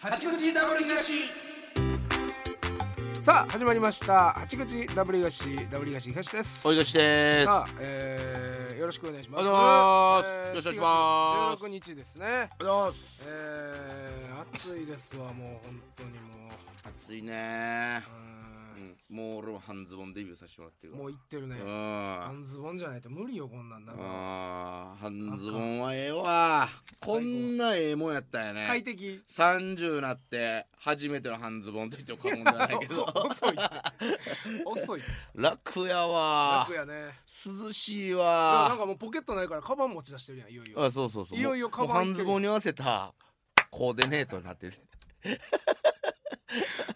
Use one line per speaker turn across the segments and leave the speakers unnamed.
八口ダブル東
さあ始まりました八口ダブル東ダブル東東です
おいがしです。
さあ、えー、よろしくお願いします
お願いしますよろしくお願いします
十六日ですね
おはようございます。
えー、暑いですわもう本当にも
暑いね
うう
う。
ん
もう俺も半ズボンデビューさせてもらってるか
もう行ってるね
ら。うん。
半ズボンじゃないと無理よこんなんだ
あー半ズボンはええわこんなええもんやったよ
快
ね
適
30なって初めての半ズボンって言っても過言じゃないけど
遅いって遅いって
楽やわ
楽やね
涼しい
いやなん
わ
かもうポケットないからカバン持ち出してるやんいよいよ
あそうそうそう
いよいよ
もう
カバン
もう半ズボンに合わせたコーディネートになってる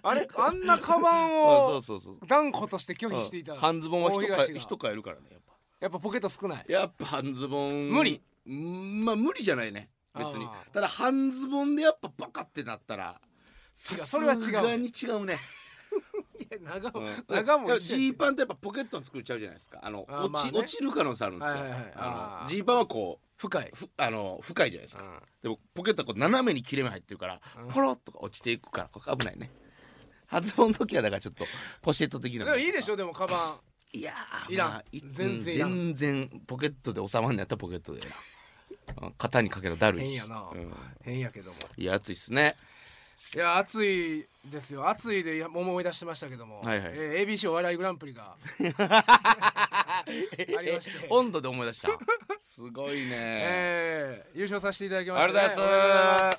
あれあんなカバン
あ そう
を
そうそう
断固として拒否していた
うん半ズボンは人
大
か
東が
人変えるからねやっぱ
やっぱポケット少ない
やっぱ半ズボン
無理
うんまあ無理じゃないね別に
あー
ただ半ズボンでやっぱバカってなった
違
らさ
う
す
それは
が
違う
に違う ね
いや長も
うん
長も
いや
一緒
ジ
やん
ーパンってやっぱポケットの作っちゃうじゃないですかあの
あー
落
ま
ち
あね
落ちる可能性あるんですよ
はいはいはい
あ
あー
のジーパンはこ
深いう
ふあの深いじゃないです
う
か
ん
でもポケットはこう斜めに切れ目入ってるから
うん
ポロッとか落ちていくからこれ危ないね半ズボンの時はだからちょっとポシェット的な
でもいいでし
ょ
ょでもカバ
いやー
いらん
まあい
全然いらん
うん全然ポケットで収まんのやったらポケッ トでやなうん肩にかけたら
ン
だるいし
変やな
うん
変やけども
いや暑いっすね
いや暑いですよ暑いでいや思い出してましたけども
はいはい
えー ABC お笑いグランプリ がありまして
え温度で思い出したすごいね、
えー優勝させていただきま
あ
し
り
た
が
ね
とうございます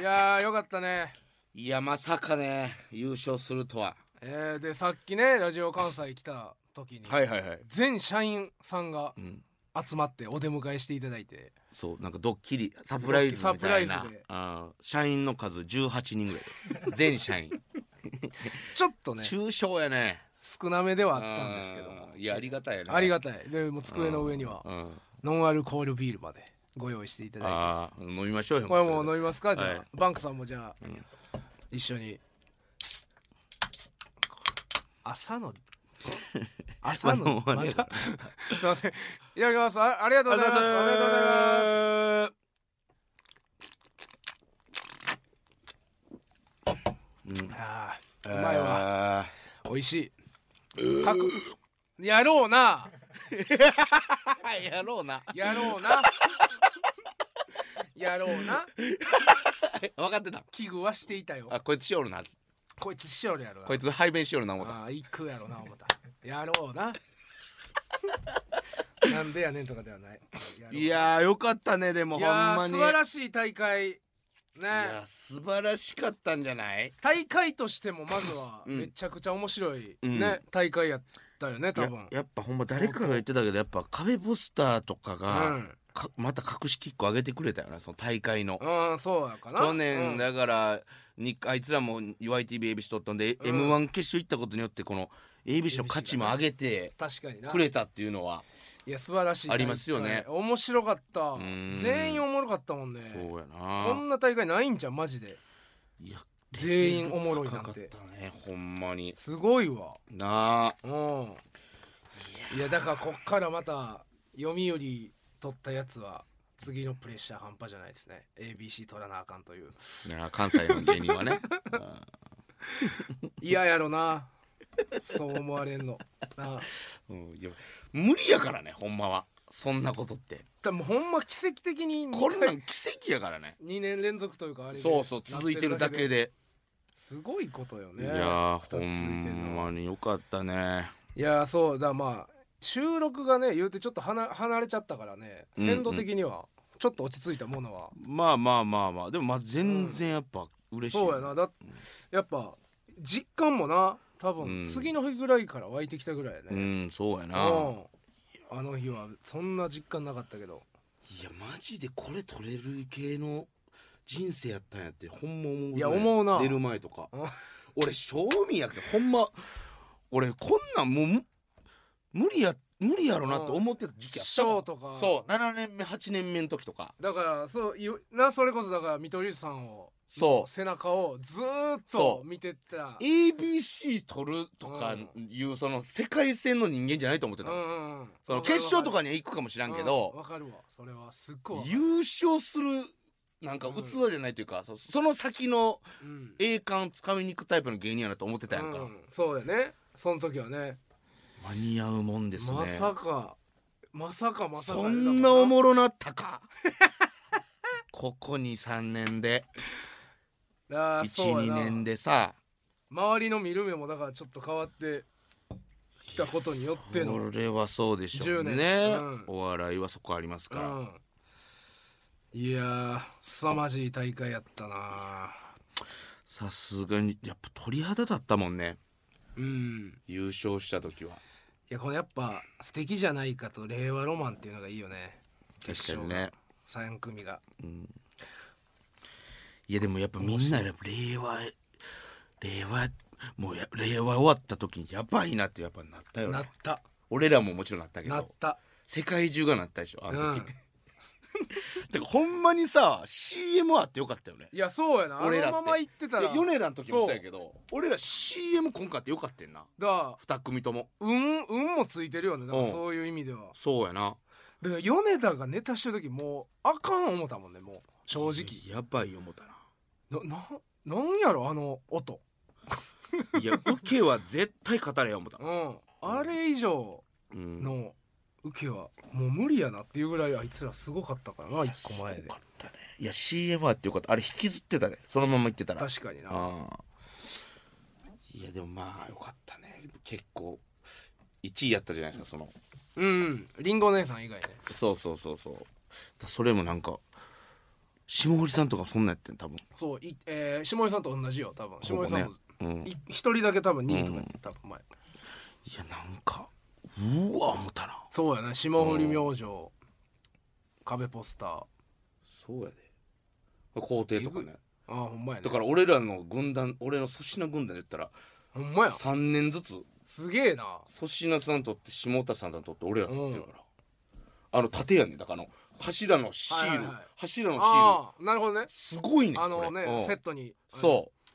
いやーよかったね
いやまさかね優勝するとは
えーでさっきねラジオ関西来た時に
いはいはい、
全社員さんが
うん、
集まってお出迎えしていただいて
そうなんかドッキリサプライズみ
サプラ
た
イ
い
ズ
な
で
あー社員の数18人ぐら い全社員
ちょっとね
中小やね
少なめではあったんですけども
うんいやありがたいよね
ありが
た
たいでもう机の上には
うんうん
ノンアルコールビールまでご用意していただい
あー飲みましょうよ
てこれもう飲みますかじゃあ、
はい
バンクさんもじゃあ、一緒に朝 の朝の
まあまあね
まだ すいませんいただきますあありがとうございますありがとうございますあーうまいわ
わ
美味しいかくやろうな
やろうな
やろうなやろうな
分かってた
危惧はしていたよ
あこいつしおるな
こいつしよるやろな
こいつ排便しおるな思った
ああ行くやろな思ったやろうな なんでやねんとかではないやろう
いやーよかったねでも
い
ほん
や
ま
ー
に
素晴らしい大会ね
いや素晴らしかったんじゃない
大会としてもまずは
うん
めちゃくちゃ面白い、
うん
ね大会やったよね多分
やっぱほんま誰かが言ってたけどやっぱ壁ポスターとかが、
うん
かまた格式1個上げてくれたよなその大会の
うんそうやかな
去
う
年
ん
だから、にあいつらも YTV ビしとったんで、
うん
m 1決勝行ったことによってこの a b しの価値も上げて
確かにな
くれたっていうのは、
いや素晴らしい大会
ありますよね
面白かった
ん
全員おもろかったもんね
そうや
こ
なん
な大会ないんじゃんマジで
いや
全員おもろいなんて
レベル高かったねほんまに
すごいわ
なあ
うんいやだからこっからまた読売取ったやつは次のプレッシャー半端じゃないですね ABC 取らなあかんという
なあ関西の芸人 はねうん
嫌やろなそう思われんのなあ
うんいや無理やからねほんまはそんなことって
でもほんま奇跡的に
こんな
2
ん奇跡やからね
年連続というかあれで
そうそう続いてるだけ
で
です
ごいことよね
いやー
二つ続いてんのは
によかったね
いやーそうだまあ収録がね言うてちょっと離離れちゃったからね
うん
鮮度的にはちょっと落ち着いたものは、
まあまあまあまあでもまあ全然やっぱ嬉しい、
そうやなだやっぱ実感もな多
う
分
ん
次の日ぐらいから湧いてきたぐらいや
う
ね、
んそうや
うん、
な、
あの日はそんな実感なかったけど
いやマジでこれ取れる系の人生やったんやってほんま思うね
いや思うな
出る前とか
うん
俺正味やけどほんま俺こんなんもうむ無理や無理やろなって思ってた時期やっ
シ
たも
ョ
ん
ーとか
そう7年目8年目の時とか
だからそういなそれこそだから見取り図さんを
そう
背中をずーっと
そう
見てた
ABC 取るとか
う
いうその世界線の人間じゃないと思って
うん
た
う
の、
んうん
その決勝とかには行くかもしれ
なん
け
わ
ど
かるわそれはすっごいわかる
優勝するなんか器じゃないというか、そその先の
うん
栄冠つかみに行くタイプの芸人やなと思ってたやんか、
うんそうやねその時はね
間に合うもんですね
まさかまさかまさか
そんなお
う
もろなったかここに3年で12年
で
でさ
周りの見る目もだからちょっと変わってきたことによっての
これはそうでしょうね
10年うん
お笑いはそこありますから、
うん、いやー凄まじい大会やったな
さすがにやっぱ鳥肌だったもんね
うん
優勝した時はい
やこのやっぱ「素敵じゃないか」と「令和ロマン」っていうのがいいよね
確かにね
3組が
いやでもやっぱみんなやっぱ令和令和もうや令和終わった時にやばいなってやっぱなったよ
な
ね
った
俺らももちろんなったけ
なっ
ど
た
世界中がなったでしょあ
う
の時、
ん
てかほんまにさ CM あってよかったよね
いやそうやなあ
俺らっ
の
て
まま行ってた
い
ら
や米田の時もそうやけど俺ら CM 今回ってよかったよな
だから
2組とも
運運もついてるよねだから
うん
そういう意味では
そうやな
だから米田がネタしてる時もうあかん思ったもんねもう正直
やばい思ったな
なななんやろあの音
いや受けは絶対語れや思った
う、んあれ以上
うん
の受けはもう無理やなっていうぐらいあいつらすごかったからな1個前で
いや CM あってよかったあれ引きずってたねそのまま行ってたら
確かにな
あーいやでもまあよかったね結構1位やったじゃないですかその
うんりんご姉さん以外ね
そうそうそうそうだそれもなんか霜降りさんとかそんなんやってん多分
そうい、えー、下井さんと同じよ多分下井さんも
ほぼねうん
い一、人だけ多分2位とかやってた多分前
いやなんかうわ思ったな
そうやね霜降り明星壁ポスターあ
そうやで皇帝とかね
あほんまやね
だから俺らの軍団俺の粗品軍団で言ったら
ほんまや
3年ずつ
すげえな
粗品さんとって下田さんとって俺らとってるから、あの縦やねだからあの柱のシール、
はいはいはい
柱のシール
ああなるほどね
すごいね
あのね
これうん
セットに
そう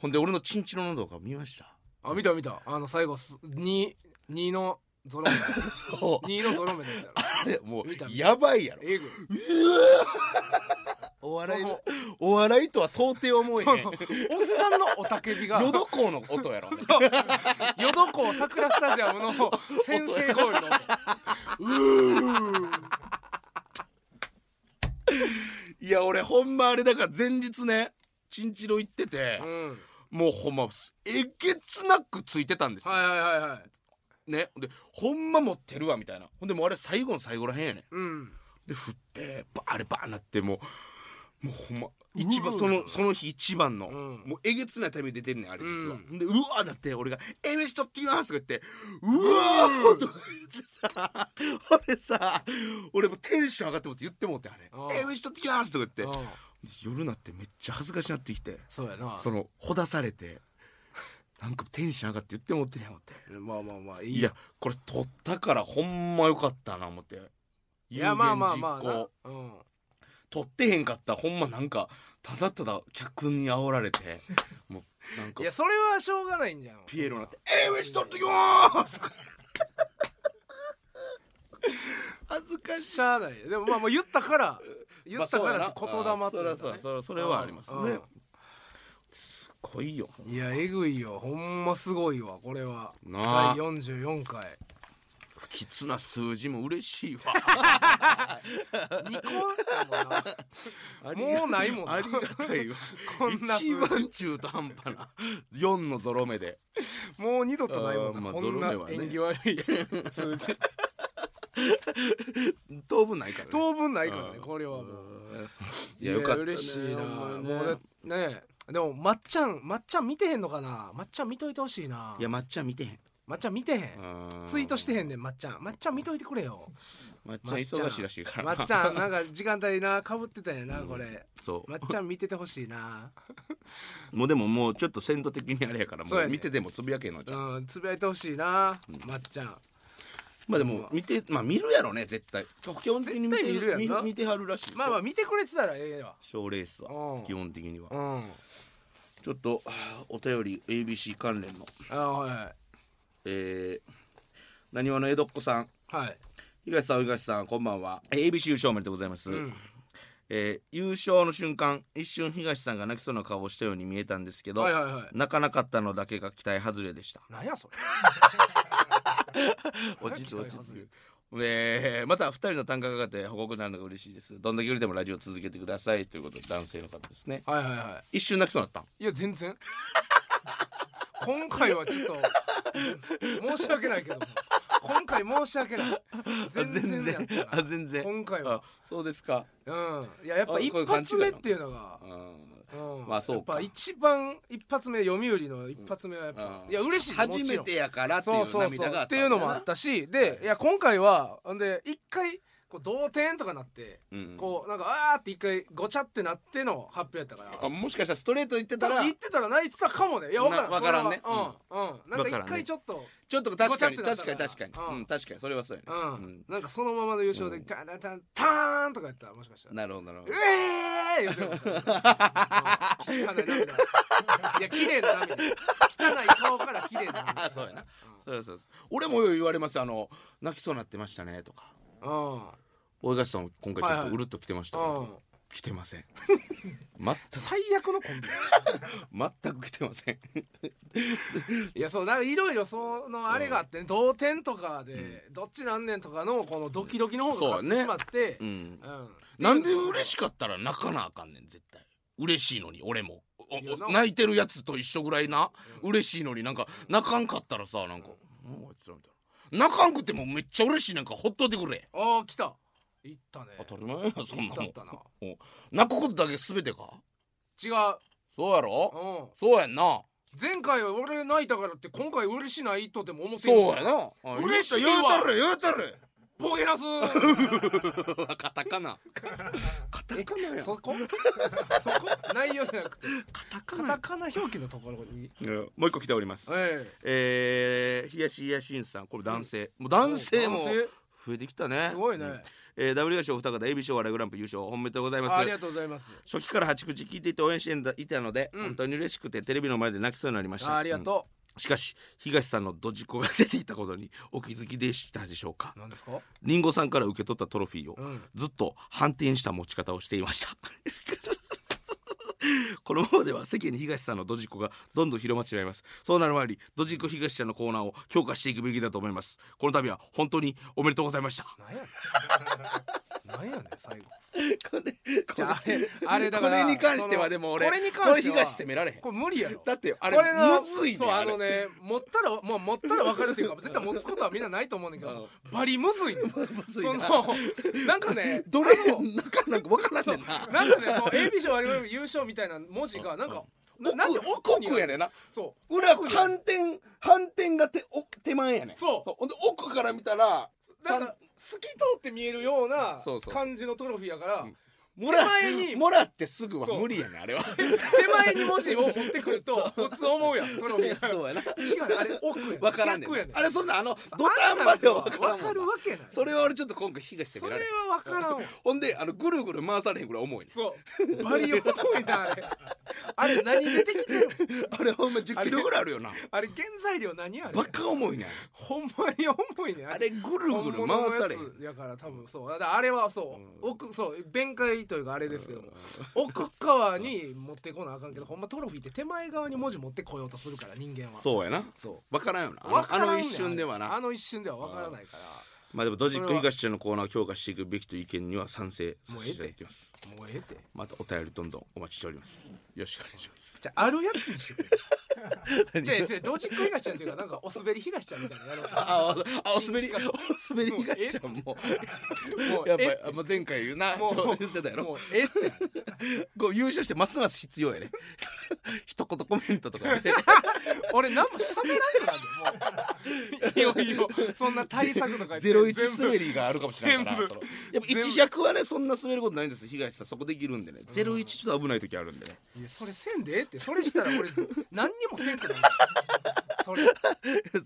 ほんで俺のチンチロの動画見ま した
あ見た見たあの最後す2二のゾロ目
そ
2のゾロ目だった
あれもう
見た見た
やばいやろ
えぐい
お笑いの
そ
お笑いとは到底思え
そ
へ
のお
ん
っさんのおたけび が
淀港の音やろ
そう淀港桜スタジアムの先制 ゴールの
いや俺ほんまあれだから前日ねチンチロ行ってて
音、うん、
もうほんまえげつなくついてたんですよ、
はいはいはいはい
ねでほんま持ってるわみたいなほんでもうあれ最後の最後らへんやねん
うん
で振ってバあれバーなってもうもうほんま一
うわ
番そのその日一番の、
うん
もうえげつないタイミングで出てんねんあれ実は、
う
でうわーだって俺が「エメシトって言わんす」とか言って「うわー!」とか言ってさ 俺さ俺もテンション上がってもって言ってもうてあれ
うん
「エメシトって言わんす」とか言
う
っ
ん
て夜なってめっちゃ恥ずかしなってきて
そうやな
そのほだされてなんかテンション上がって言ってもうてね思って
まあまあまあいい
いやこれ撮ったからほんまよかったな思って
いやまあまあまあ
有言実行
な、うん、
撮ってへんかったらほんまなんかただただ客に煽ら れてもうなんか
いやそれはしょうがないんじゃん
ピエロになって「えー、ウエストっときます!」
恥ずかししゃあないでもまあもう言った から言ったからって言霊
まあ
っていうかね
そうやなあーそらそらそらそれはありますね
うん
すごいよ
いやえぐいよほんますごいわこれは
なあ
第44回
不吉な数字も嬉しいわ
2個やもんな もうないもんな
ありがたいわ
こんな数字
一番中途半端な4のゾロ目で
もう二度とないもん
あー
な、
まあ
こんな
ゾロ目はね
縁起悪い数 字
当分ないから、ね、
当分ないから
う
ね
ん
これはもう
いやよかったね
嬉しいな、
ほんまにね
もうだねでもまっちゃんまっちゃん見てへんのかなまっちゃん見といてほしいない
やまっちゃん見てへん
まっちゃん見てへんツイートしてへんね
ね
んまっちゃんまっちゃん見といてくれよ
まっちゃん忙しいらしいから
まっちゃんなんか時間帯なかぶってたんやなこれ
そう
まっちゃん見ててほしいな
もうでももうちょっと鮮度的にあれやから
そ
も
う
う
やね
見ててもつぶやけんのじゃん、
うんつぶやいてほしいなまっちゃん
まあでも見てまあ見るやろね絶対基本的に見て
絶対見るやんな
見見てはるらしい
まあまあ
あ
見てくれてたらええわ
賞レース
う
は
ん
基本的には
うん
ちょっとはあお便り ABC 関連の
あは
えー、なにわの江戸っ子さん
いはい
東さん東さんこんばんはえー ABC 優勝おめでとうございます、
うん
えー優勝の瞬間一瞬東さんが泣きそうな顔をしたように見えたんですけど、
はいはいはい
泣かなかったのだけが期待外れでした
なんやそれ
落ち
期
着く落
待
ち
外
着
れ
くえーまた二人の単価がかかって報告になるのが嬉しいですどんだけ売れてもラジオ続けてくださいということで男性の方ですね
はいはいは
一瞬泣きそうになったん
いいや全然 今回はちょっと申し訳ないけども今回申し訳ない全然やったな
あ全然
今回
あ
は
そうですか
うんいややっぱ
あ
一
こういう感じ
発
なの
目っていうのが
うん
うん
まあそうか
やっぱ一番一発目読売の一発目はやっぱ、
うん
いや嬉しいよ
初め
も
て
ち
やからってい
ろん
う
そうそうそ
涙
う
があ
っ
った
てい
んだよ
う
な
のもあったしでいや今回はほんで一回こう同点とかなって、
うん
こうなんかあーって一回ごちゃってなっての発表やったから
あもしかしたらストレート言ってた
多
ら
分言ってたら泣いてたかもねいや分からん
なわからんね
それはうんうん、なんか
わ
一
からんね
回ちょっと、
ちょっと確かに
ごちゃって
確か
な
に
った
確
か
からにうん確かにそれはそう
う
やね
んなんかそのままの優勝で、タンタンタンターンとかやったらもしかしたら
うんなるほどなるほど
ええー、言うてるもん汚い涙いや綺麗な涙汚い顔から綺麗な涙
あ そうやなそうそうそう俺もよう言われますあの泣きそうになってましたねとか
うん
大東さん今回ちょっとうるっと来てましたねとか
うん
来てま せん全
最悪のコンビ
く全く来てません
いやそうなんかいろいろそのあれがあってね、同点とかでどっちなんねんとかのこのドキドキの方が勝ってしまって、
う
うん
ん
う
なんで嬉
し
しかったら泣かなあかんねん絶対嬉しいのに俺もお
いやな
お泣いてるやつと一緒ぐらいな、嬉しいのになんか泣かんかったらさなんか、うん、あいつらみたいな泣かんくてもめっちゃ嬉しいなんかほっといてくれ
ああ来た行ったね
当たり前やそんな
行
も
っ
ん
たったな
お泣くことだけ全てか
違
そうや
う、う
ろ
ん、
そうやんな
前回俺泣いたからって今回嬉しないとでも思ってんの
そうやなあ
嬉しいわ
言うたる言うたる
ボケなす
カタカナカタカナやん
そ こそこ内容じゃなくて
カタ
カタカナ表記のところに
うんもう一個来ております
え
えー、東屋新さんこれ男性、もう男性も
男性
増えてきたね
えすごいね、
うんえー、W 優勝お二方 ABC お笑いグランプリ優勝おめでとうございます
あありがとうございます
初期から八口聞いていて応援してんだいたので、
うん
本当に嬉しくてテレビの前で泣きそうになりました
あありが
うん
と
しかし東さんのドジコが出ていたことにお気づきでしたでしょうか
う、なんですか
リンゴさんから受け取ったトロフィーを、
うん
ずっと反転した持ち方をしていました このままでは世間に東さんのドジっ子がどんどん広まってしまいますそうなる前にドジっ子東ちゃんのコーナーを強化していくべきだと思いますこの度は本当におめでとうございましたこ
なんやねんなんやねん最後
れ
じゃああれあれだから
これに関してはでも俺
そのこれに関しては
これ東責められへん
これ無理やろ
だってあれ
こな
むずいね
そう
あ
あ
れ
のね持ったらもう持ったら分かるというか絶対持つことはみんなないと思うねんだけどバリむず いねん
ずいな
そのなんか ね
どれもなかなかわからんねんな
なんかねそう AB 賞あれ優勝みたいな文字がなんかな
奥
なんで奥にある
奥やねんな
そう
裏反転反転が手お手前やねん
そう
ほんで奥から見たらち
な
ゃ
ん
ん
か透き通って見えるような
そうそう
感じのトロフィーやから
もら
手前に
もらってすぐは
そう
無理やねんあれは
手前に文字を持ってくると 普通思うやんトロフィーが
そうやな
違うねあれ奥や
わからんねん
逆やねん
あれそんなあのド
あ
タ
ん
ン
な
まで
の
は
わ
わからんもんな
かるわけない
それは俺ちょっと今回東して
そ
み
れ
ら
は分
れへん
からんわ
ほんであのぐるぐる回されへんぐらい重いね
そうバリ重いなあれあれ何出てきてる
あれほんま10キロぐらいあるよな
あれ原材料何あれ
バカ重いねん
ほんまに重いね
あれぐるぐる
本物
回
の
され
や
へん
つやから多分そうだからあれはそう、奥そう弁解というかあれですけども、奥側に持ってこなあかんけどほんまトロフィーって手前側に文字持ってこようとするから人間は
そうやな
そ
わからんよなあ
わ
の
からんねん
あの一瞬では
あ
な
の一瞬ではわからないか
まあでもドジック
それは
東ちゃんのコーナーを強化していくべきという意見には賛成させていただきます
らもうええて
またお便りどんどんお待ちしておりますよろしくお願いします
じゃああるやつにしてく れじゃあじゃあドジック東ちゃんっていうかなんかお滑り東ちゃんみたいなやろうか
ああお滑りお滑り東ちゃんも
もう
やっぱり
え
あもう前回言うなち
もう
ょ言ってたや
もう
ろ
ええって
こう優勝してますます必要やね 一言コメントと かね
俺何も喋らんく なんでもういよいよそんな対策とか
ゼロ一
全部
滑りがあるかもしれないから
全部
そのやっぱ一弱はねそんな滑ることないんです東さんそこできるんでねゼロ一ちょっと危ない時あるんでね
いやそれせんでええってそれしたら俺何にもせんくなるそれ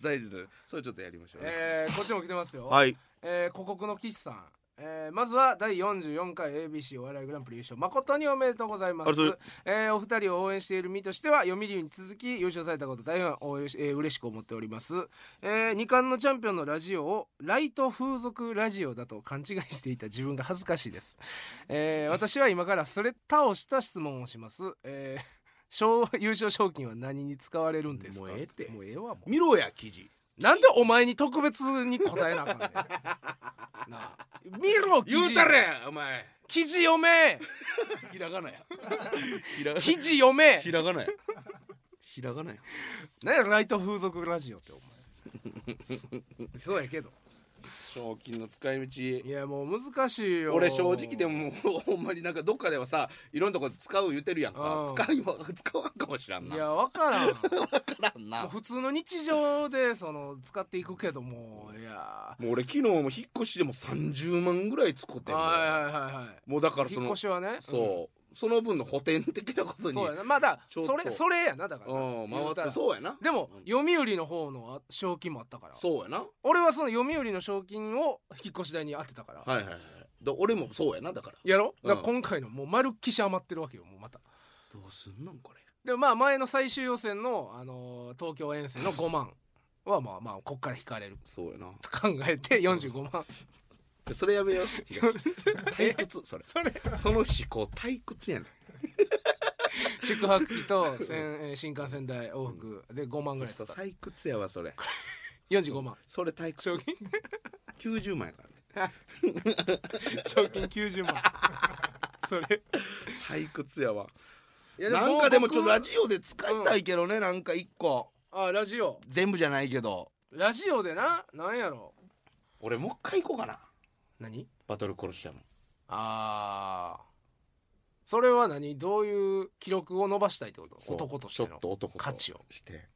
大事だねそれちょっとやりましょうね
えー、こっちも来てますよ
はい
えー、古国の岸さんえーまずは第44回 ABC お笑いグランプリ優勝誠におめでとうございます
ありがとうござい、
えーお二人を応援している身としては読売に続き優勝されたこと大変およし、えー嬉しく思っております、え2冠のチャンピオンのラジオをライト風俗ラジオだと勘違いしていた自分が恥ずかしいです、えー私は今からそれ倒した質問をします、えー 賞優勝賞金は何に使われるんですか
もうええって
もうええわもう
見ろや記事
なんでお前に特別に答えなあかんねんなあ見ろ記事
言うたれお前
記事読め
ひらがなや ひらが
記事読 め
ひらがなやひらがなや
何やライト風俗ラジオってお前 そそうやけど
賞金の使い道
いやもう難しいよ
俺正直でももうほんまになんかどっかではさいろんなとこ使う言ってるやんか
うん
使いは使わんかもしらん
い
な
や分から んも
分からんな
う普通の日常でその使っていくけどもいや
もう俺昨日も引っ越しでも30万ぐらい使ってんの
はいはいはいはい
もうだからそ
引っ
の
越しはね
そうその分の補填的なこと
うん
に
そうやなまあだ
ちょっ
そ
と
れそれやなだから
うん回
言
っ
うた
た
ら
そうやな
でも読売の方の賞金もあったから
そうやなは
俺はその読売の賞金を引っ越し代に当てたから、
いはいはいだ俺もそうやなだから
やろ
うん
だから今回のもう丸っきし余ってるわけよもうまた
どうすんのんこれ
でもまあ前の最終予選の、あのー東京遠征の5万はまあまあこっから引かれる
そうやな
と考えて45万
でそれやめよう 東退屈それ
それ
その思考退屈やね
宿泊費 とせんえー新幹線代往復で5万ぐらい使った
退屈やわそれ
45万
それ退屈
賞金
90万やからね
賞金90万 それ
退屈やわ
いや
なんかでもちょっとラ
ジ
ジオで使いたいけどね、なんか一個
あラジオ
全部じゃないけど
ラジオでななんやろ
俺もう一回行こうかな
何
バトルコロシアム
ああそれは何どういう記録を伸ばしたいってこと
そう
男としての
ちょっと男と
価値を
して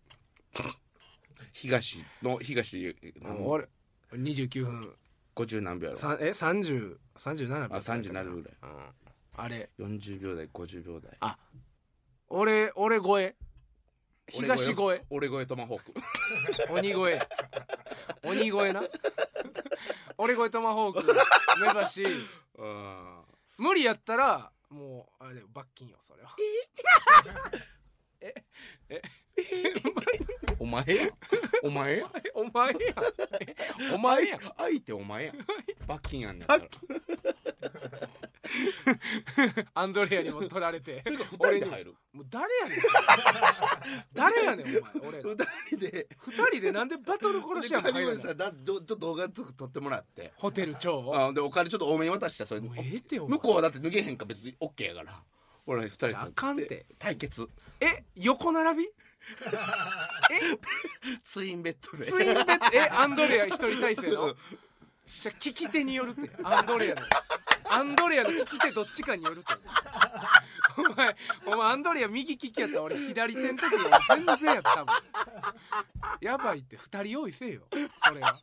東の東
あ
の
俺29分
50何秒やろ
さんえ3037秒
あ37秒ぐらい
うんあれ
40秒台50秒台
あ俺俺越え東越え
俺越えトマホーク
鬼越 え鬼越えな俺越えトマホーク目指し
うん
無理やったらもうあれだよ罰金よそれは
お前や お前や
お前やんお前やん
相手お前や罰金やんねんから
アンドレアにも取られて
それか2人で入る
もう誰やねん誰やねんお前俺ら
2人で
二人でなんでバトル殺しやん
で
入
上
ら
森
ない
さんだどど動画とか撮ってもらって
ホテル長
あでお金ちょっと多めに渡したそれ
もうええってお前
向こうはだって脱げへんか別に OK やから俺2人で
じゃああかんて
対決
え横並び
ツインベッドで
ツインベッドえアンドレア一人体制のじゃあ聞き手によるってアンドレアのアンドレアの利き手どっちかによるってお前お前アンドレア右利きやったら俺左手の時は全然やった多分やばいって二人用意せえよそれは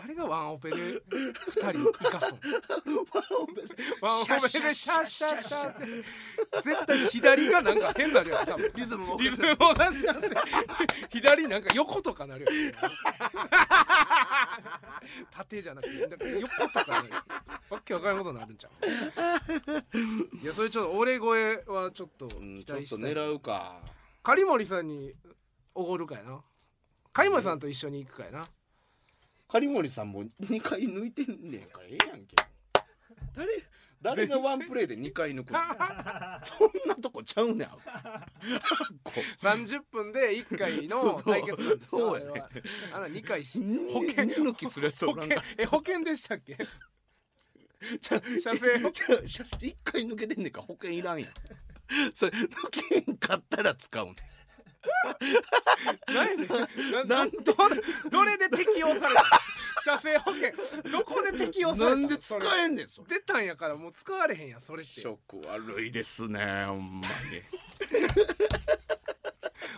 誰がワンオペで二人生かすのワンオペでシャッシャッシャッシャッって絶対左がなんか変なるやん多分
リズムも
リズム同じなんで左なんか横とかなるよ縦じゃなくてなんか横とかなるわけわからんことになるんちゃういやそれちょっと俺越えはちょっと
うん
期
ちょっ
待
と
したい
狙うか
狩森さんにおごるかやな狩森さんと一緒に行くかやな
狩森さんも2回抜いてんねんからええやんけ誰誰がワンプレーで2回抜くのそんなとこちゃうねんあっこ
30分で1回 の対決なんですよ
そうそうやね
あれはあんな2回し
二
保険
二抜きするやつお
保
らん
険
か
え保険でしたっけ
ちゃ
車線を
ちゃ車線一回抜けてんねんから保険いらんやんそれ抜けんかったら使うねん
何やねんな
なん
どどれで適用された車線保険どこで適用された
なんで使
それ
えんねんそれ
出たんやからもう使われへんやんそれって
食悪いですねほんまに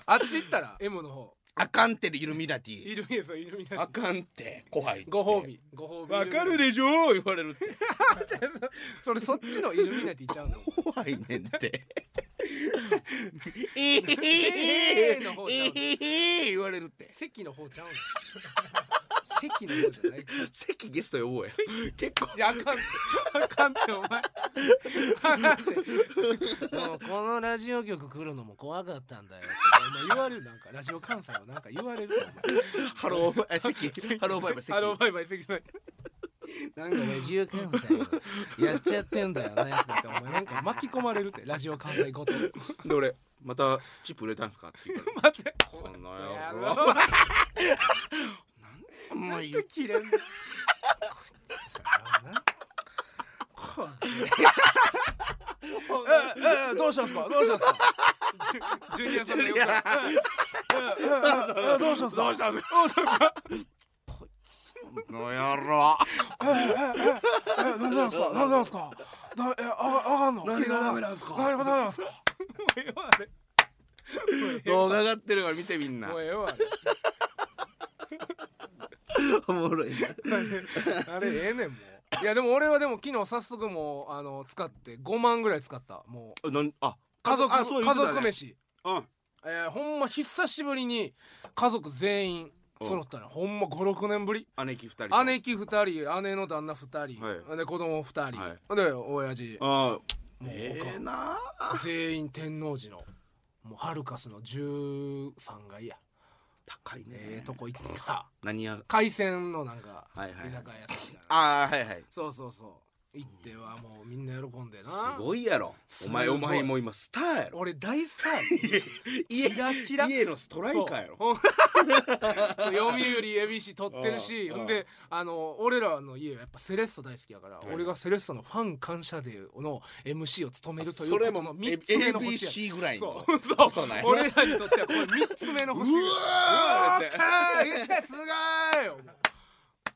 あっち行ったら M の方
あかんてるイルミナティ
イルミネさんイルミナ
あかんて後輩って
ご褒美ご褒美
わかるでしょ言われるって
イルミナティ それそっちのイルミナティちゃうの
怖いねんってええ
えの方ちゃうの
ええ言われるって
席の方ちゃうの関の方じゃないから
関ゲスト呼ぼうや結構
いやあかんってあかんってお前あかんってもうこのラジオ局来るのも怖かったんだよお前言われるなんかラジオ関西はなんか言われるお前
ハローえ関ハローバイバイ関
あのバイバイ関さん なんかラジオ関西やっちゃってんだよねとかってお前なんか巻き込まれるってラジオ関西ごと
で俺またチップ売れたんですかって言うか
待って
らこんな
や
野
ろ
郎
う
お前
なんて切れんのこいつらなこ
え えどうしたんですかどうしたんですか
ジュニアさん のよ
いやどうしたんすかどうしたんすかどうしたんすかこの野郎
え、なんでなんすか、なんでなんすか。だ、え、あ、あかんの。
何がダメなんすか
何がダメなんすか。もうええわ、あれ。
動画上がってるから見てみんな
もうええわ、
おもろいな
あれ。あれ、ええねん、もう。いや、でも、俺は、でも、昨日、早速、もう、あの、使って、五万ぐらい使った。もう。
あなんあ
家族、
あそう言
家
ってた
族
ね
飯。
うん
えー、ほんま、久しぶりに。家族全員。揃ったね。ほんま、五六年ぶり。
姉貴二人
姉貴二人、姉の旦那二人、
はい
で、子供二人、
は
で、親父。
あ
もう
え
他
えな
全員天王寺のもうハルカスの13階や
高い
ええとこ行った
何や
海鮮のなんか居
はい
酒
はい
屋
はい
さんみたいな
あーはいはい
そうそうそう行ってはもうみんな喜んでな
すごいやろお前
すごい
お前も今スターやろ
俺大スタ ー
家
キラキラ
家のストライカーやろ
そう そう読売恵比寿撮ってるし
うん
ほんであの俺らの家はやっぱセレッソ大好きやから、
はい
俺がセレッソのファン感謝デーの MC を務めるという
それ
ことの
もえ
3つ目の星や
ABC ぐらいの
そうそう
ことない
俺らにとってはこれ3つ目の
うわ
星
ーって
ーすご いよ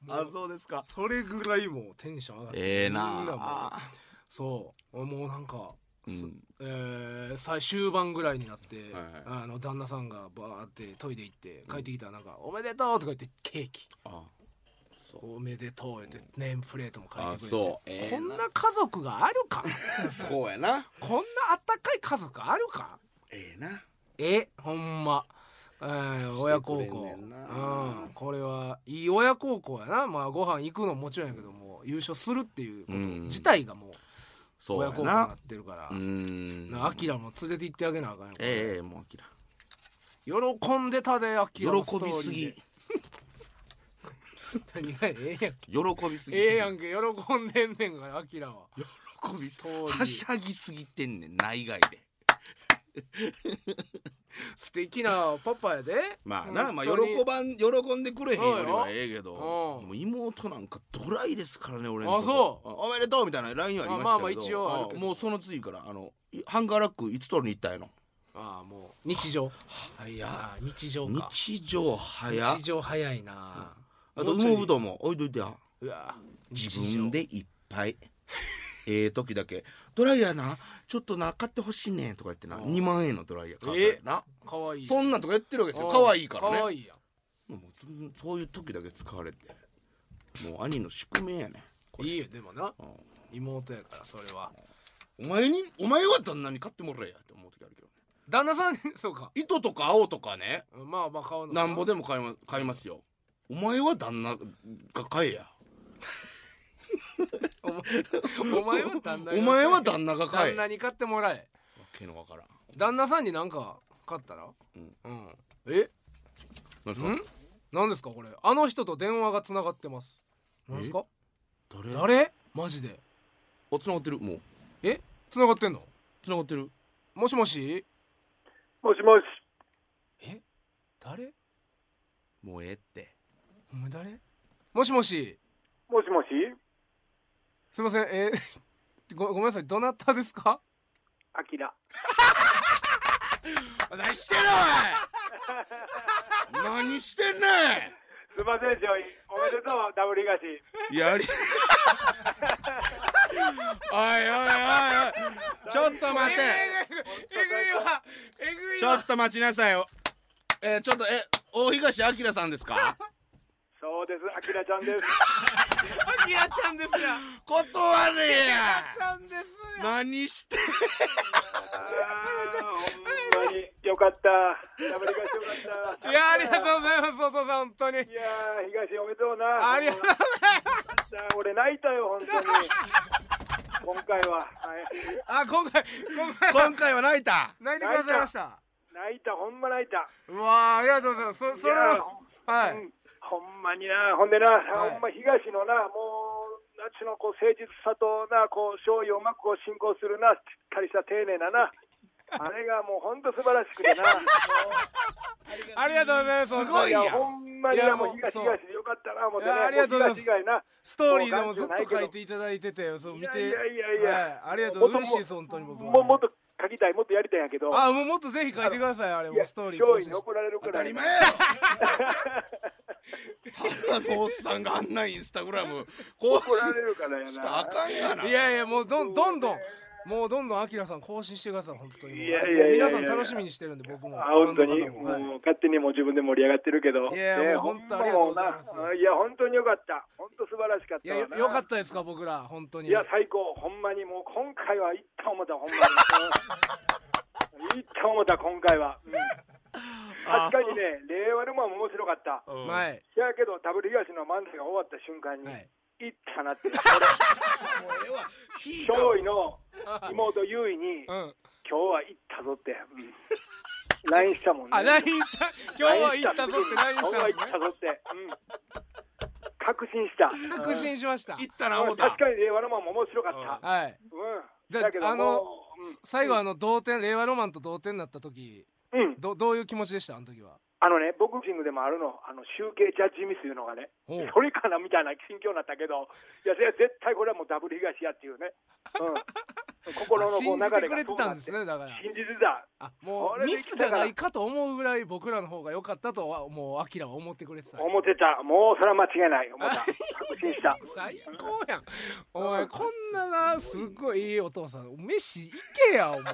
あそうですか
それぐらいもうテンション上がって
ええ
みんなも
なあ
そうもうなんか、
う
す
ん
えー最終盤ぐらいになって、
はいはい
あの旦那さんがバーってトイレ行って帰ってきたらなんか「おめでとう」とか言ってケーキ
あ
「おめでとう」言ってネームプレートも書いてくれて
あそうええな
こんな家族があるか
そうやな
こんなあったかい家族あるか
ええな
えほんま、えー親孝
してくれん
行
ねんな
うん、これはいい親孝行やなまあご飯行くのももちろんやけども優勝するっていうこと
うん
自体がもう
そう
親
や
孝行にな
な
ってるから
うーん
なアキラも連れて行ってあげなあかんよ、
ええもうあきら
喜んでたでアキラのストー
喜
リ
び
ー
すぎ
で何がええやんけ
喜びす ぎ
ええやんけ喜んでんねんからアキラは
喜び
ストーリー
はしゃぎすぎてんねん内外で
素敵なパパやで
まあな、ま
本
あ
当に
喜ばん喜んでくれへんよりは
そうよ
ええけど、
うん
もう妹なんかドライですからね俺の。
あそう
おめでとうみたいなラインはありましたけど。
まあまあまあ一応あるけど
うんもうその次からあのハンガーラックいつ取りに行ったんやの。
ああもう日常
早
ああ日常か
日常早。
日常早いな
あと羽毛布団も置いといてや。
うわ
自分でいっぱい。ええ時だけドライヤーなちょっとな買ってほしいねんとか言ってな
うん
2万円のドライヤー買ったん
え
やな、
かわいい
そんなんとかやってるわけですよ可愛いからね
かわいいや
もうそそういう時だけ使われてもう兄の宿命やね
んいいよでもな
うん
妹やからそれは
お前にお前は旦那に買ってもらえやって思う時あるけどね
旦那さん そうか
糸とか青とかね
まあまあ買うの
なんぼでも買い,、ま、買いますよお前は旦那が買えや
お前お前は旦那が
お前は旦那が買え
旦那に買ってもらえ
わけのわからん
旦那さんになんか買ったら
うん
うんえ
何ですか
ん何ですかこれあの人と電話がつながってます何ですか
誰あ
誰マジで
繋がってるもう
えつながってんの
繋がってる
もしもし
もしもし。
え誰
もうええって
お前誰もしもし
もしもし。
すいません、え ーごごめんなさい、どなたですか
あきら。
何してんのおい何してんね
すいません、ジョイ。おめでとう、ダブリガシ。
んやり おいおいおいおいちょっと待て
えぐいわえぐい
ちょっと待ちなさいよ。えー、ちょっと、え、大東明さんですか。
そうです、あきらちゃんです。
あキラちゃんですや
断れや
ちゃん ですや
何して
あーほんまによかったダブリガシよかった
いやありがとうございますお父さん本当に
いやー東おめでとうな
ありがとうござい
な俺泣いたよ本当に今回は、はい、
あ今回今回
今回は泣いた
泣いてくださいました
泣いたほんま泣いた
うわあありがとうございますそそれ
いや
ははい、
うんほんまになほんでな、
はい
ほんま東のなもう夏のこう誠実さとなこう勝利をうまくこう進行するなしっかりした丁寧ななあれがもう本当素晴らしくてな
ありがとうございます
すごい
いや
やん
ほんまに
いや
な
もう
もう東
そう
東でよかったな思って
いや
な
ありがとうございます
も東以外な
ストーリーでもずっと書いていただいててそう見て
いやいやいやいや
はい、ありがとう嬉しいです本当に僕
もうもっ
は
と書きたいもっとやりたいんやけど
あもうもっとぜひ書いてくださいあれ
い
も
や
うストーリー
上位に怒られるく
当
ら
た
い
り前やろただのおっさんがあんなインスタグラム更
怒られ
新
るからやな
したらあかんがない
やいやもうどんどんどんもうどんどんアキラさん更新してください本当に
いやいやいやいや
皆さん楽しみにしてるんで僕も
あ本当に、
ファンの方もはい
もう勝手にもう自分で盛り上がってるけど、
いやもう本当ありがとうございます
ほんもうないや、本当によかった、本当素晴らしかっ
い
た
やよ
わな
よかったですか僕ら本当に
いや、最高、ほんまにもう今回はいった思った、ほんま に。いった思った、今回は。うん確かにね、令和のも面白かった。
うん
はい
いやけど、ダブル東の漫才が終わった瞬間に、、
はいい
ったな って、
もうええわ聞いた
勝利の妹優衣に、
う
今
ん
日は行ったぞって、うん、LINE したもんね。
あ LINE した 今日は行ったぞって LINE し
今日
たん
は
で
行っ
す
た
ね
ぞって、うん、確信した
確信しました
行ったな
う
思
ん
た
確かに令和ロマンも面白かった、
はい
うん、
だ
だけど
あの
もううん
最後あの同点令和ロマンと同点になった時
うん、
どどういう気持ちでしたあの時は
あのねボクシングでもあるのあの集計ジャッジミスいうのがね
おう
それかなみたいな心境になったけどいやいや絶対これはもうダブル東やっていうね、うん、心のこう
信
流
じてく
れが
れ
そ
てた
うな
ん
って
ですねだから
信じてた
あも
こ
う
れ
ミ
でき
ス
た
じ
か
ゃ
ら
ないかと思うぐらい僕らの方が良かったとはもうアキラは思ってくれてた
思ってたもうそれは間違いない思った確信した
最高やんお前こんななすっごいいいお父さん飯行けや お前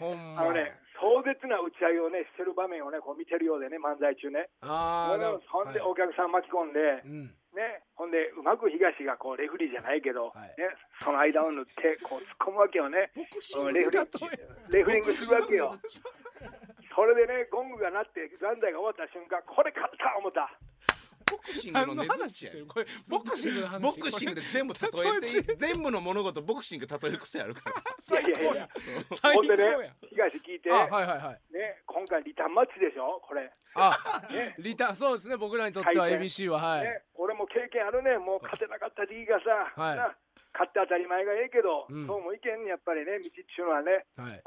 ほんま
あのね壮絶な打ち合いをねしてる場面をねこう見てるようでね漫才中ね
あ
ほ
ーなる
んでほんで
は
お客さん巻き込んで、
いうん
ね、ほんでうまく東がこうレフリーじゃないけど、
はい
ね、その間を縫ってこう突っ込むわけ よね
ボクシ
そ
ング
のレフリー
だと
レフリングするわけよそれでねゴングが鳴って残罪が終わった瞬間これ勝った思った
ボクシング
何
の
の
根
話して
付けや
るこれ ボクシングの話
ボクシング
こ
で全部例えて 全部の物事ボクシング例える癖ある から
れ最
いやいや
高や
いや
最
ほんで
高や
ね東聞いて、
あはいはいはい
ね、今回リターンマッチでしょこれ、
あリタそうですね僕らにとっては
回転
ABC ははい
ね、俺も経験あるねもう勝てなかった D がさ、
はい
な勝って当たり前がええけど、
うん
そうもいけんねやっぱりね道っちゅうのはね
はい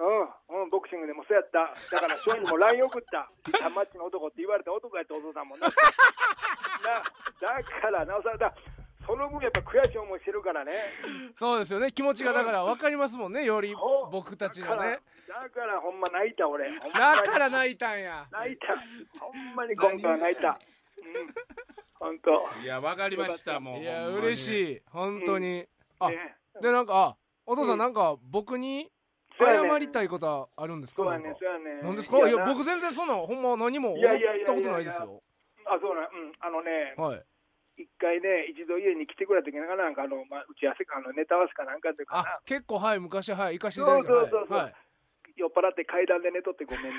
うん、うん、ボクシングでもそうやった。だから、勝利にも LINE 送った。リターンマッチの男って言われた男やってお父さんも な。なだから、なおさらだ。その分やっぱ悔しい思いしてるからね。
そうですよね気持ちがだから分かりますもんねより
そう
僕たち
だ
の
から
ね
だからほんま泣いた俺。ほんま
だから泣いたんや
泣いた。ほんまに今回は泣いた。うん。本当。
いやわかりましたもう
いや嬉
い
しい本当にあ
ね、
でなんかあお父さ
うんん
なんか僕に
そうやね
謝りたいことはあるんですか
そう
な
や
んか
ね、そうやね。
なんですかいや
な
僕全然そんなほんま何も思
い
っ
やいやいやいや
たことないですよ
あ、そうなん。うん。あのね、
はい
一回ね、一度家に来てくれた時なんか、なんかあの、まあ、打ち合わせか、あの、ネタ合わせかなんかというか
あ
な。
結構はい昔はい行かしていただいて
そうそうそうそう
はいはい
酔っ払って階段で寝とってごめんね。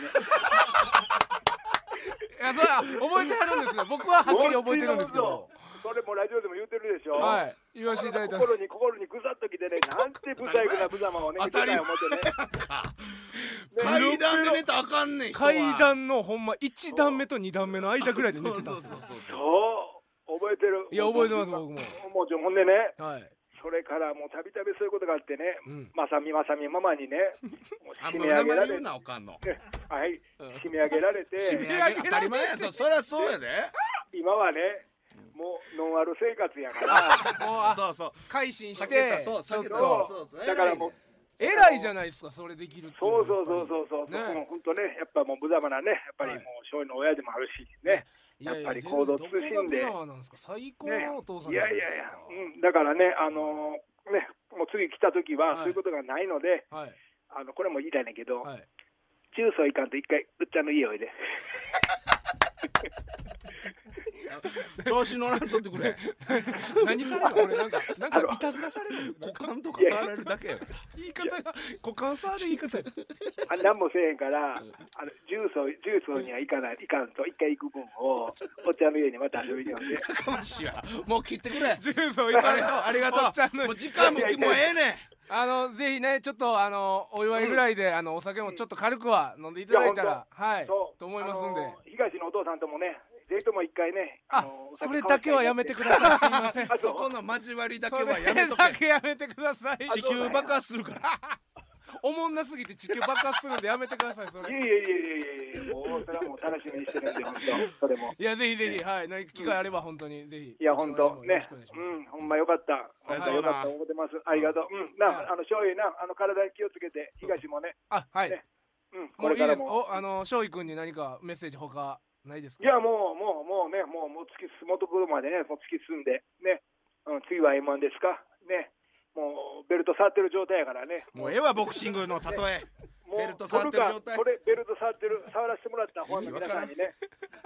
いやそれは覚えてはるんですよ僕ははっきり覚えてるんですけど
それもラジオでも言ってるでしょ。
はい言わせていただいたんです
心に心にぐさっときてね、なんて不細工な無様をね、見てたよ思ってね。
階段で寝たらあかんねん人は
階段のほんま1段目と2段目の間ぐらいで寝てたんです
そ
よ
うそうそうそう
そう、覚えてる。
いや覚えてます僕も
もうちょほんでね、
はい
それからもうたびたびそういうことがあってね
うん、
まさみまさみママにね、 もう
あん
締
ま
め
名前
上げられ
言う
て、
なおかんの
はい、締め上げられ
締め
て、
上げ当たり前やさそりゃそうやで
今はね、もうノンアル生活やから、
もうあ
そうそう
改心し
避け
て
たそう
ちょ
避
っ
けた
と
そう
そうそう
だからもう
偉いじゃないですかそれできるってい
そう
の
そ
は
うそうそうそう、
ね
もう本当ね、やっぱもう無様なね、やっぱりもう勝利の親でもあるしね、やっぱり行動通信で
どこがブザーなんですか最高
ね
のお父さん
い
じゃ
や
ない
い
で
や
す
いや
か、
うん、だからね、あのーね、もう次来た時
はい
はそういうことがないので、
はい
あのこれも言いたいねんだけど、
はい
中層いかんと一回、うっちゃんの家おいで。
調子乗らんとってくれ
何されるの俺なんかなんかいたずらされる
股間とか触られるだけや
言い方が股間触る言い方や
あ何もせえへんから、あのジュースをジュースには行かない、行かんと、一回行く分 を、お茶の家にまた遊びに呼んで、
かましいわもう切ってくれ
ジュースを行かれ
ありが
おっちゃん
と
の
うもう時間もきもうええねん
あのぜひねちょっとあのお祝いぐらいで、あのお酒もちょっと軽くは飲んでいただいたら
いや
はい
そう
と思いますん
あ
で
の東のお父さんともね、ぜひとも一回ね、
あ
の
それだけはやめてくださいすいません
あ
そ
そう
この交わりだ
そ
けはやめ
れ
と
だ
け
けやめてください
地球爆発するから
おもんなすぎて地球爆発するんでやめてくださいそ
い
れ
やいやいやいやいや、もうそれはもう楽しみにしてるんで、本当、それも。
いやぜひぜひはい何か機会あれば本当にぜひ
いや、本当
よろ
ね
しくお願いし、ま
うん、ほんまよかった、
あ
ほ
り
ん
が
ま
とう
よ
な
かった、思ってます、ありがとう、うん、な、あの、醤油な、あの、体に気をつけて、東もね、
すあはい、
ねうん、
も
こ
うい
れ
い
か
で
ら
す
も。
おあの翔く君に何かメッセージ他ないですか
いや、もう、もう、もうね、もう、もう突き進むところまでね、もう突き進んで、ね、うん、次は M1 ですか、ね、もう、ベルト触ってる状態やからね、
もうええわボクシングの例 え
もう
ベルト触ってる状態
取るか取れベルト触ってる触らせてもらったファンの皆さんにね、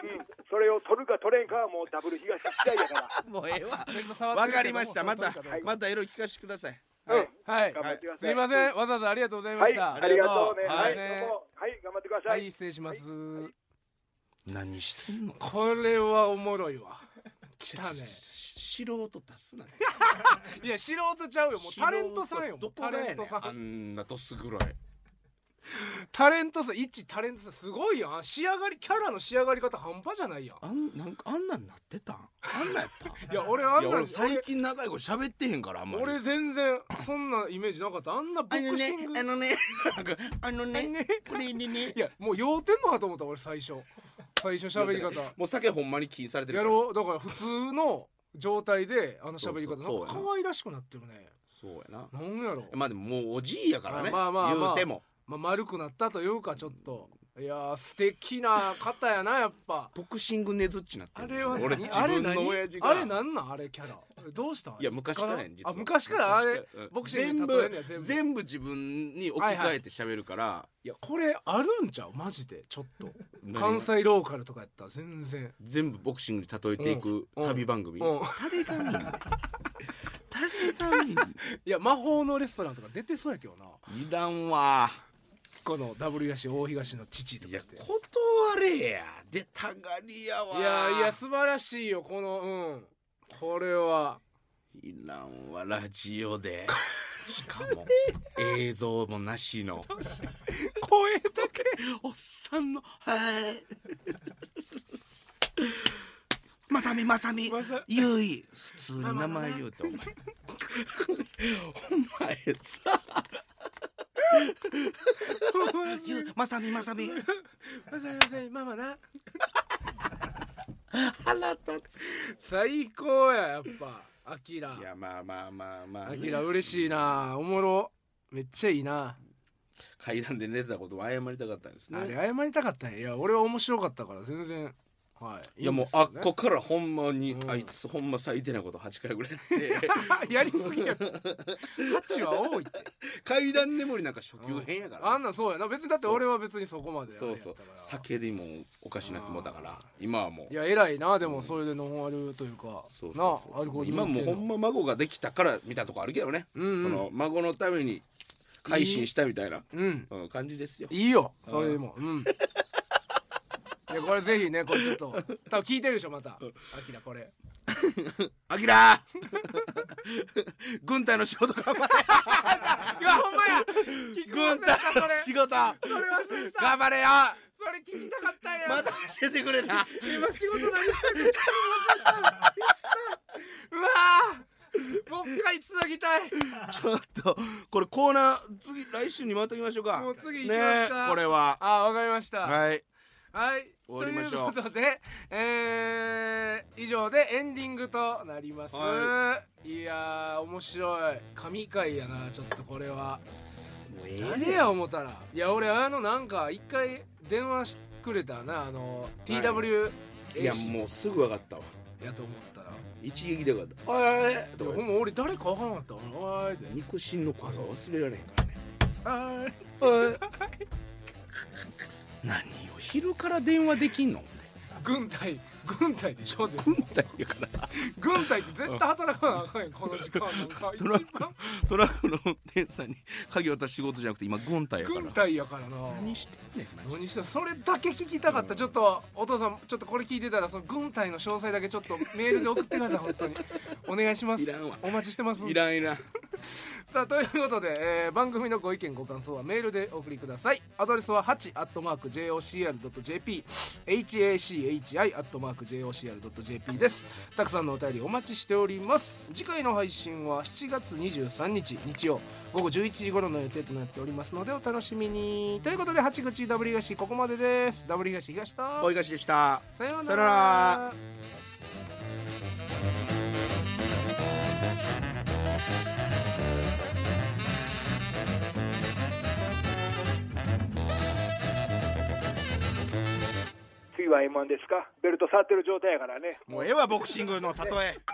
うん、それを取るか取れんかはもうダブル東次第やから、
もうええわ
ベルト触って
わ
る
か
け
り
ども
ましたまた
触ってるかどうか
またいろいろ聞かせてください
うん、
はい
頑張ってくださ
すい
い。
ませ
ん。
んわざわざありがとうございま
は
し
い、
た
ありがとうね。
あ
は
り
い、
がとう
どうもはい、頑張ってくださ。
はいい失礼します、
何してんの
これはおもろい わ来たね
素人出すなよ
いや素人ちゃうよもうタレントさんよも
ど
う
こ
タ
がや
レン
ねん
トさ
あ
ん
んなどすぐらい
タレントさん一タレントさんすごいやん仕上がりキャラの仕上がり方半端じゃないやん
あんなんかあんなんなってたんあんなんやったん
いや俺あ
い
んな
や俺
ん
最近長いこと喋ってへんからあんまり
俺全然そんなイメージなかったあんなボクシング
のねなんかあの
あのね
これに
い
ね
やもう酔うてんのかと思った俺最初最初喋り方
もう酒ほんまに禁止されてる
や
から
ろうだから普通の状態であの喋り方
そう
な
そう
ん
そう
か
やな
可愛らしくなってるね
そうやな
なんやろ
まあでももうおじいやからね
まあまあまあ
言うても
まあ、丸くなったというかちょっといやー素敵な方やなやっぱ
ボクシングねずっちなって
あ
る
れは
俺
何
自
あれ
分
何
の親父が
あれなんなんあれキャラどうしたん
いや昔からやん
いつ
実は
あ昔からあれ
昔からうん
ボクシング
全
に例えるの
部
や全部
全部自分に置き換えて喋るから
やこれあるんちゃうマジでちょっと
何が
関西ローカルとかやったら全然
全部ボクシングに例えていく
うん
旅番組
うん
誰が見んねん誰が見んね
いや魔法のレストランとか出てそうやけどなん
いらんわ
この W 東大東の父と
い
か
や
って
断れや出たがりやわ
いやいや素晴らしいよこのうんこれはい
らんわラジオ でしかも映像もなしの
声だけ
おっさんのはいまさみまさみ
さ
ゆい普通に名前言うとお前お前さゆう まさみまさみ
まさまさにママな
腹立
最高ややっぱアキラ
ついやまあまあまあまあ
ア
ね、
キラ嬉しいなおもろめっちゃいいな、
階段で寝てたことを謝りたかったんですね
あれ謝りたかったんやいや俺は面白かったから全然はい
いや
いん
もう
ですけ
あっ
どね
こからほんまに、
うん
あいつほんま最低なこと8回ぐらいやっ て
やりすぎや価値は多いって
階段眠りなんか初級編やから、
あんなんそうやな別にだって俺は別にそこまであれ
そ
やっ
う
たか
そう
ら
酒でもおかしなってもうたから今はもう
いや偉いなでもそれでノンアルというか
そうそ
な
うそう
アルコール
今もうほんま孫ができたからみたいなとこあるけどね、
うんうん
その孫のために改心したみたいな、
うん
うん感じですよ
いいよそれでもうんいやこれぜひねこれちょっと多分聞いてるでしょまたアキラこれ
あきら 軍隊の仕事頑張れ
いやほんまや聞く
軍
忘れた
隊
そ
の
れ
仕事頑
それ忘れた
張れよ
それ聞きたかったんや
また教えてくれな
今仕事何して るか忘れたミスったうわーもう一回つなぎたい
ちょっとこれコーナー次来週にまとめましょうか
もう次行きま
ね
すか
えこれは
あわかりました
はい
はい。
終わ
と
り
い
ま
う
しょう
ことで、えー以上でエンディングとなります。、
はい
やー、面白い。神回やな、ちょっとこれは。
もうえ
誰や思たら。いや、俺、あの、なんか、一回電話してくれたな、あの、TW
えいやもうすぐ分かったわ
やと思ったら。い
一撃で分かったおいおいおい
や
と
ほ
か
んま俺、誰かわからなかった。おいで。
肉親の声が忘れられへんからね
あ
おい何よ昼から電話できんの
軍隊、軍隊でしょでも
軍隊やから
軍隊って絶対働かなあかんやんこの時間なんか一
トラッ
番
クトラックの運転手さんに鍵渡す仕事じゃなくて今軍隊やから
軍隊やからな
何してんねんマジで
何したそれだけ聞きたかったちょっとお父さんちょっとこれ聞いてたらその軍隊の詳細だけちょっとメールで送ってください本当にお願いします
いらんわ
お待ちしてます
いらんいらん
さあということで、えー番組のご意見ご感想はメールでお送りくださいアドレスは 8-jocr.jp hachi-jocr.jp ですたくさんのお便りお待ちしております次回の配信は7月23日日曜午後11時頃の予定となっておりますのでお楽しみにということで八口 W 東ここまでです W 東東と
大東でした
さような
さよなら
ら
次は M1 ですかベルト触ってる状態やからね。
もうええわボクシングの例え